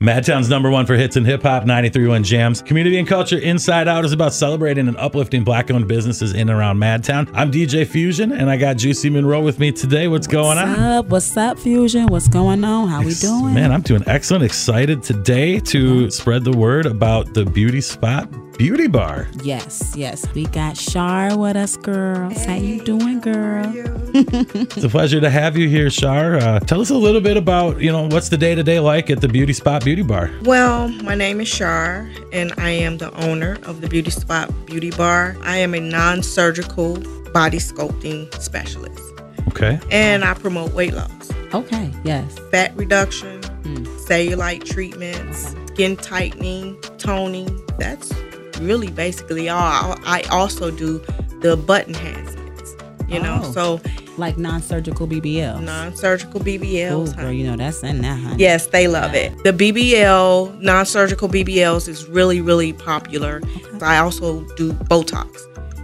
Madtown's number one for hits in hip hop, 931 Jams. Community and Culture Inside Out is about celebrating and uplifting black owned businesses in and around Madtown. I'm DJ Fusion, and I got Juicy Monroe with me today. What's, going What's on? up? What's up, Fusion? What's going on? How we Ex- doing? Man, I'm doing excellent. Excited today to spread the word about the beauty spot, Beauty Bar. yes, yes. We got Shar with us, girls. How you doing, girl? It's a pleasure to have you here, Shar. Uh, tell us a little bit about, you know, what's the day to day like at the beauty spot, Beauty Bar? Well, my name is Shar, and I am the owner of the Beauty Spot Beauty Bar. I am a non surgical body sculpting specialist, Okay. and I promote weight loss, Okay, yes. fat reduction, Hmm. cellulite treatments, skin tightening, toning. That's really basically all. I I also do the butt enhancements, you know, Oh. so Like non surgical BBLs. non surgical Oh, BBLs. girl, you know that's in that, honey. Yes, they love it. The BBL, non surgical BBLs, is really, really popular. I also do Botox,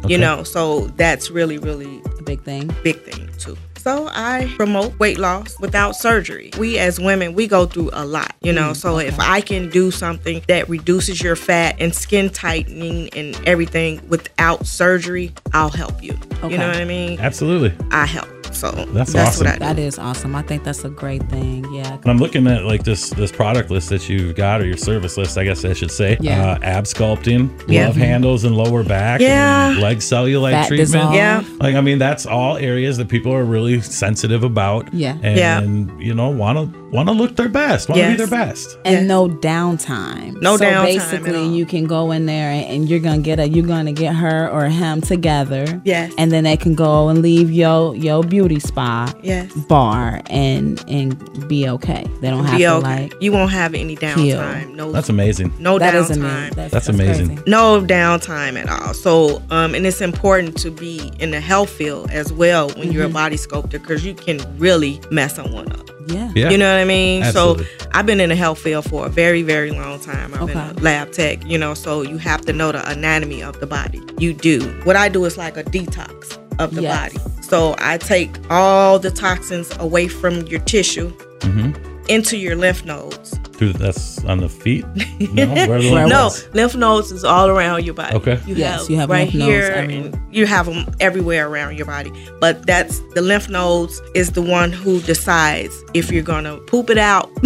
Okay. you know, so that's really, really A big thing. big thing too. So I promote weight loss without surgery. We as women, we go through a lot, you know. so if I can do something that reduces your fat and skin tightening and everything without surgery, I'll help you. Okay. You know what I mean? Absolutely. I help. So That's that's, awesome. what I do. That is awesome. I think that's a great thing. Yeah. And I'm looking at like this this product list that you've got or your service list, I guess I should say. Uh, Yeah. ab sculpting, Yeah. Mm-hmm. love handles and lower back, Yeah. and leg cellulite Fat treatment. dissolve. Yeah. Like I mean, that's all areas that people are really sensitive about. Yeah. And Yeah. you know, wanna wanna look their best, wanna be Yes. their best. and Yeah. no downtime. No so downtime at basically, all. you can go in there and, and you're gonna get a you're gonna get her or him together. Yes. and then they can go and leave your your beauty spa Yes. bar and and be okay. They don't have Be to okay. like you won't have any heal. downtime. No, That's amazing. no that is downtime. amazing. That's amazing. crazy. no downtime at all. So, um, and it's important to be in the health field as well when you're a Mm-hmm. body sculptor because you can really mess someone up. Yeah. Yeah. You know what I mean? Absolutely. So, I've been in the health field for a very, very long time. I've been a Okay. lab tech, you know, so you have to know the anatomy of the body. You do. What I do is like a detox of the Yes. body. So, I take all the toxins away from your tissue Mhm. into your lymph nodes. Dude, that's on the feet. No, where are the Where lymph No, nodes? lymph nodes is all around your body. Okay. You Yes, have you have right lymph nodes here, everywhere. and you have them everywhere around your body. But that's the lymph nodes is the one who decides if you're gonna poop it out,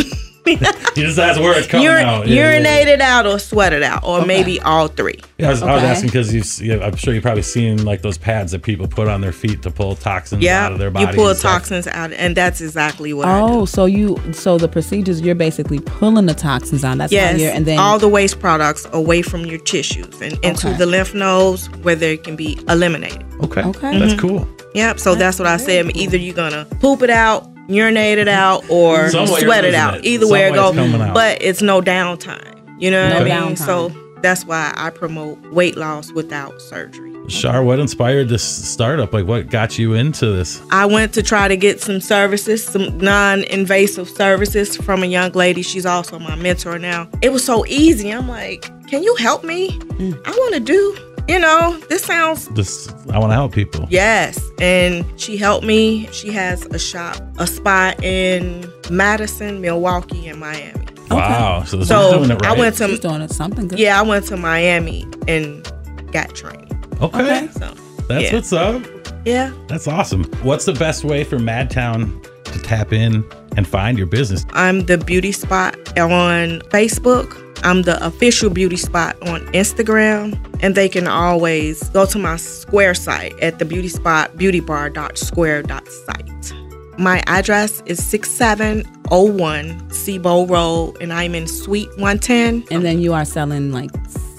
You just asked where it's coming ur- out. Yeah, yeah, yeah. urinate it out, or sweat it out, or maybe all three. Yeah, I was, I was Okay. asking because you, see- yeah, I'm sure you've probably seen like those pads that people put on their feet to pull toxins Yeah, out of their body. you pull and stuff. toxins out, and that's exactly what I do. Oh, so you so the procedures you're basically pulling the toxins out. That's how Yes, you're and then all the waste products away from your tissues and into Okay. the lymph nodes where they can be eliminated. Okay. Okay. That's cool. Yep. So that's, what I very said. Either you're gonna poop it out, urinate it out, or Some way you're sweat it losing out. it. Either Some way it way it's goes, coming out. but it's no downtime. You know No what I mean? downtime. So that's why I promote weight loss without surgery. Shar, what inspired this startup? Like, what got you into this? I went to try to get some services, some non invasive services from a young lady. She's also my mentor now. It was so easy. I'm like, can you help me? Mm. I want to do, you know, this sounds This I want to help people. Yes, and she helped me. She has a shop, a spa in Madison, Milwaukee, and Miami. Wow. So, this So is doing it right. I went she's to doing it something good. yeah, I went to Miami and got trained. Okay. Okay. So That's yeah. what's up. yeah. That's awesome. What's the best way for Madtown to tap in and find your business? I'm the beauty spot on Facebook. I'm the official beauty spot on Instagram. And they can always go to my square site at the beauty spot beautybar.square.site. My address is 6701 Sebo Road, and I'm in Suite 110. And then you are selling like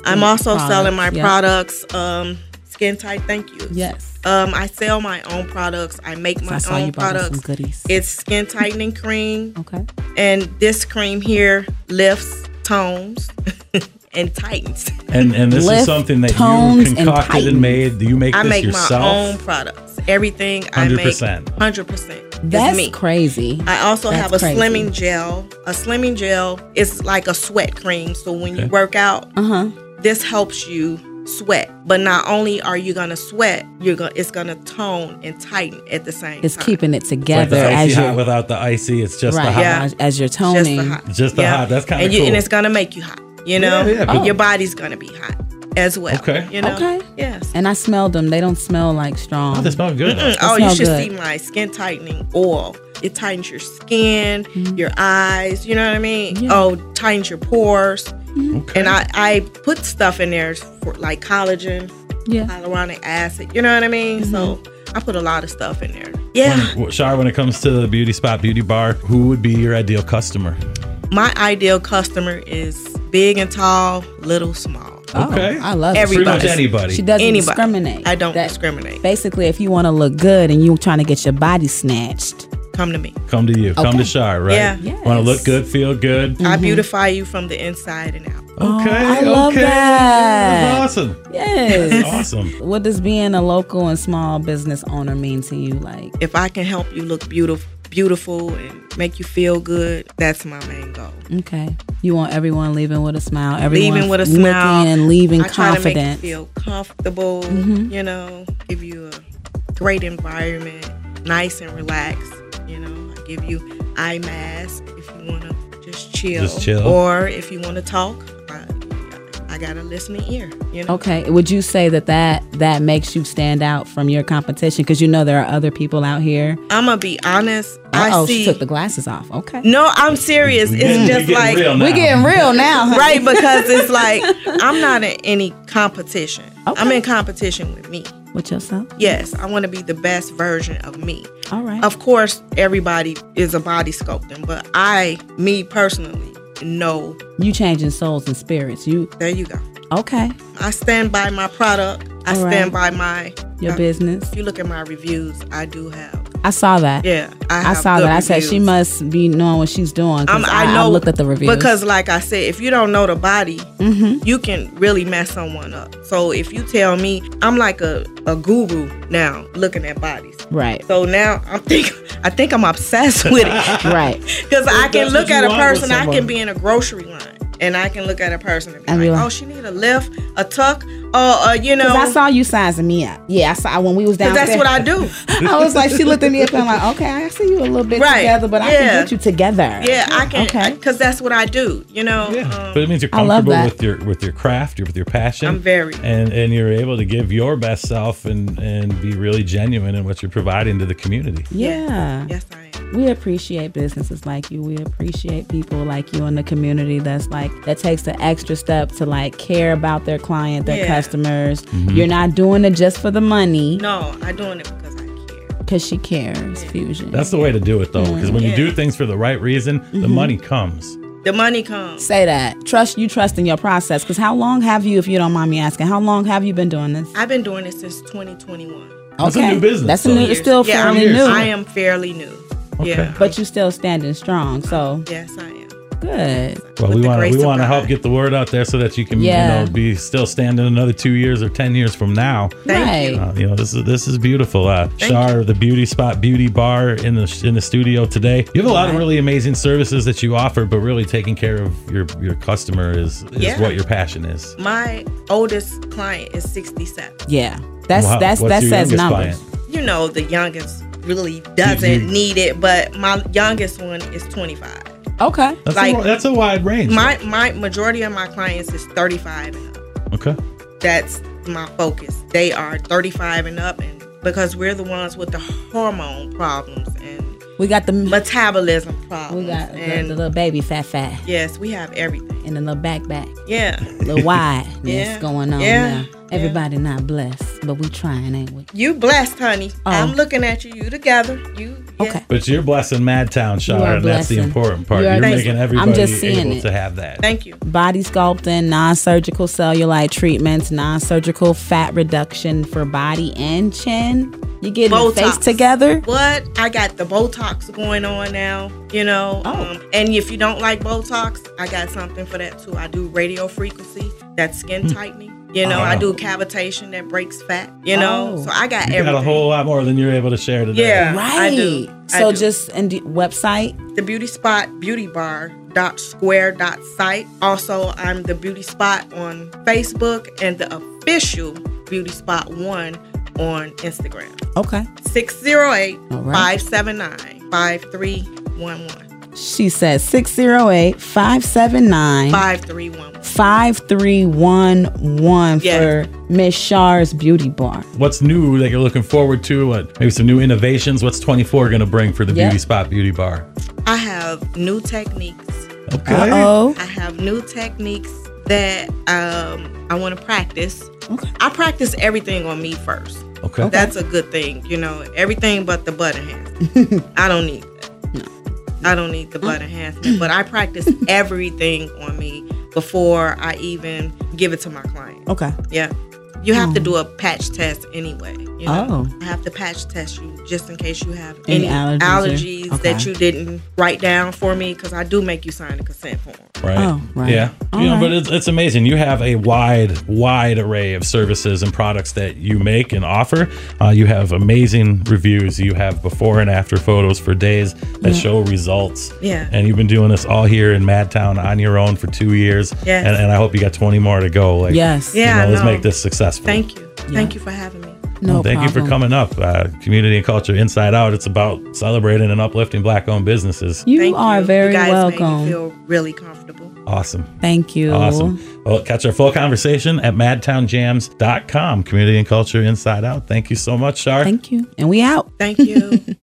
I'm also products. selling my Yeah. products, um, Skin Tight Thank Yous. Yes. Um, I sell my own products. I make So my I saw you own brought us some products. goodies. It's skin tightening cream, okay. and this cream here lifts, tones, and tightens. And and this is Lift, something that you tones, and concocted and, tighten. made. Do you make I this make yourself? my own products. Everything I make, 100%. hundred percent. That's me. crazy. I also That's have a crazy. slimming gel. A slimming gel is like a sweat cream. So when you work out, Uh huh. this helps you sweat. But not only are you gonna sweat, you're gonna it's gonna tone and tighten at the same It's time. keeping it Like together the icy as hot you're without the icy. It's just the right hot. Yeah. as- as you're It's just toning. the hot. Just the hot. That's kinda And you- cool. And it's gonna make you hot. You know, Yeah, yeah, but- And your body's gonna be hot as well. Okay. You know. Okay. Yes. And I smelled them. They don't smell like strong. Oh, they smell good. though. oh, you smell should good. see my skin tightening oil. It tightens your skin, Mm-hmm. your eyes. You know what I mean? Oh, tightens your pores. Okay. And I, I put stuff in there for like collagen, yeah. hyaluronic acid. You know what I mean? So Mm-hmm. I put a lot of stuff in there. Yeah. Well, Shar, when it comes to the beauty spot, beauty bar, who would be your ideal customer? My ideal customer is big and tall, little, small. Okay. Oh, I love Pretty Everybody. much anybody. it. She doesn't Anybody. discriminate. I don't That- discriminate. Basically, if you want to look good and you're trying to get your body snatched, Come to me. Come to you. Come Okay. to Shar, right? Yeah. Want to Yes. look good, feel good. Okay. Mm-hmm. I beautify you from the inside and out. Oh, I love okay. that. That's awesome. yes. Awesome. What does being a local and small business owner mean to you? Like, If I can help you look beautiful, beautiful and make you feel good, that's my main goal. okay, you want everyone leaving with a smile, everyone leaving with a looking smile and leaving I try to make confident. Mm-hmm. you feel comfortable. You know, give you a great environment, nice and relaxed. You know, I give you eye mask if you want to just chill, Just chill. or if you want to talk. I, I got a listening ear. You know, Okay, would you say that that that makes you stand out from your competition? Because you know there are other people out here. I'm gonna be honest. Oh, I she see. took the glasses off. Okay, no, I'm serious. We getting- we It's just getting like real now. we're getting real now, huh? right because it's like I'm not in any competition. I'm Okay. in competition with me. With yourself. Yes, I want to be the best version of me. All right. Of course, everybody is a body sculpting, but I, me personally, know You changing souls and spirits. You there you go. okay? I stand by my product. I All right. stand by my. Your uh, business. If you look at my reviews, I do have. I saw that. Yeah, I, I have saw good that. I said she reviews. must be knowing what she's doing. 'cause Um, I, I, I know looked at the reviews. Mm-hmm. because, like I said, if you don't know the body, you can really mess someone up. So if you tell me, I'm like a, a guru now looking at bodies. right, So now I'm think I think I'm obsessed with it. right. Because I that's can what look you at a want with person, I someone. can be in a grocery line, and I can look at a person and be And like, be like- "Oh, she need a lift, a tuck, uh, uh you know." Because I saw you sizing me up. Yeah, I saw when we was 'cause down. that's what I do. I was like, she looked at me up and I'm like, okay, I see you a little bit Right. together, but I Yeah. can get you together. Yeah, I can. Okay. Because that's what I do. You know. Yeah, Um, but it means you're I love comfortable that. with your with your craft, your, with your passion. I'm very. and and you're able to give your best self and and be really genuine in what you're providing to the community. yeah. Um, Yes, I am. We appreciate businesses like you. We appreciate people like you in the community that's like that takes the extra step to like care about their client, their Yeah. customers. Mm-hmm. You're not doing it just for the money No, I'm doing it because I care. because she cares. Fusion. That's the way to do it though, because when you do things for the right reason, Mm-hmm. the money comes. The money comes. Say that. Trust you trust in your process. Cause how long have you, if you don't mind me asking, how long have you been doing this? I've been doing this since 2021. That's a new business, That's a though. new. It's still yeah, fairly I'm, new. I am fairly new. Okay. Yeah. but you're still standing strong. So yes, I am. good. Well, With we the want grace we of want to God. help get the word out there so that you can Yeah. you know be still standing another two years or ten years from now. right. Thank Uh, you know this is this is beautiful. Uh, Thank Shar, the beauty spot, beauty bar in the in the studio today. You have a lot of Right. really amazing services that you offer, but really taking care of your your customer is is Yeah. what your passion is. My oldest client is 67. Yeah. That's Wow. that's What's that your says youngest numbers. client? you know, the youngest really doesn't you- need it, but my youngest one is 25. Okay. That's, Like- a, that's a wide range. My my majority of my clients is 35 and up. okay. That's my focus. They are 35 and up and because we're the ones with the hormone problems and We got the metabolism we problems. Oh, got the, and the little baby fat fat yes, we have everything. and the little back back, Yeah. little wideness Yeah. going on Yeah. now. Everybody not blessed, but we trying, ain't we? You blessed, honey. Oh. I'm looking at you. You together. You yeah. Okay. But you're blessing Mad Town, Shar, You are and that's the blessing. important part. You You're, are making blessing. everybody I'm just seeing able it. to have that. Thank you. Body sculpting, non-surgical cellulite treatments, non-surgical fat reduction for body and chin. You getting your face Botox. together? What? I got the Botox going on now, you know. Oh. Um, and if you don't like Botox, I got something for that too. I do radio frequency, that's skin Hmm. tightening. You know, I Wow. do cavitation that breaks fat, you know. Oh. So I got Uh-huh. You everything. got a whole lot more than you're able to share today. Yeah. Right. I do. I So do. just and the website. the beauty spot beautybar.com. www.square.site. Also, I'm the Beauty Spot on Facebook and the official Beauty Spot 1 on Instagram. Okay. 608 All right. 579 5311. She says 608 579 5311. 5311 Yeah. for Miss Shar's Beauty Bar. What's new that you're looking forward to? What maybe some new innovations? What's 24 going to bring for the Yeah. Beauty Spot Beauty Bar? I have new techniques. Okay. Oh, I have new techniques that um, I want to practice. Okay. I practice everything on me first. Okay. That's a good thing, you know. Everything but the butt enhancement. I don't need that. I don't need the butt enhancement, but I practice everything on me before I even give it to my client. okay. Yeah. You have to do a patch test anyway. You know? Hmm. Oh. I have to patch test you just in case you have Any any, allergies allergies, or- that okay. you didn't write down for me because I do make you sign a consent form. Right. Oh, right. Yeah. All you know, right. but it's, it's amazing. You have a wide, wide array of services and products that you make and offer. Uh, you have amazing reviews. You have before and after photos for days that show results. Yeah. And you've been doing this all here in Madtown on your own for two years. Yes. And, and I hope you got 20 more to go. Like, Yes. You Yeah, know, I let's know. make this successful. Thank you. Thank you for having me. No Well, thank you for problem. coming up. Uh, Community and Culture Inside Out. It's about celebrating and uplifting black owned businesses. You Thank are very you guys Made welcome. me feel really comfortable. Awesome. Thank you. Awesome. Well, catch our full conversation at madtownjams.com. Community and culture inside out. Thank you so much, Shar. Thank you. And we out. Thank you.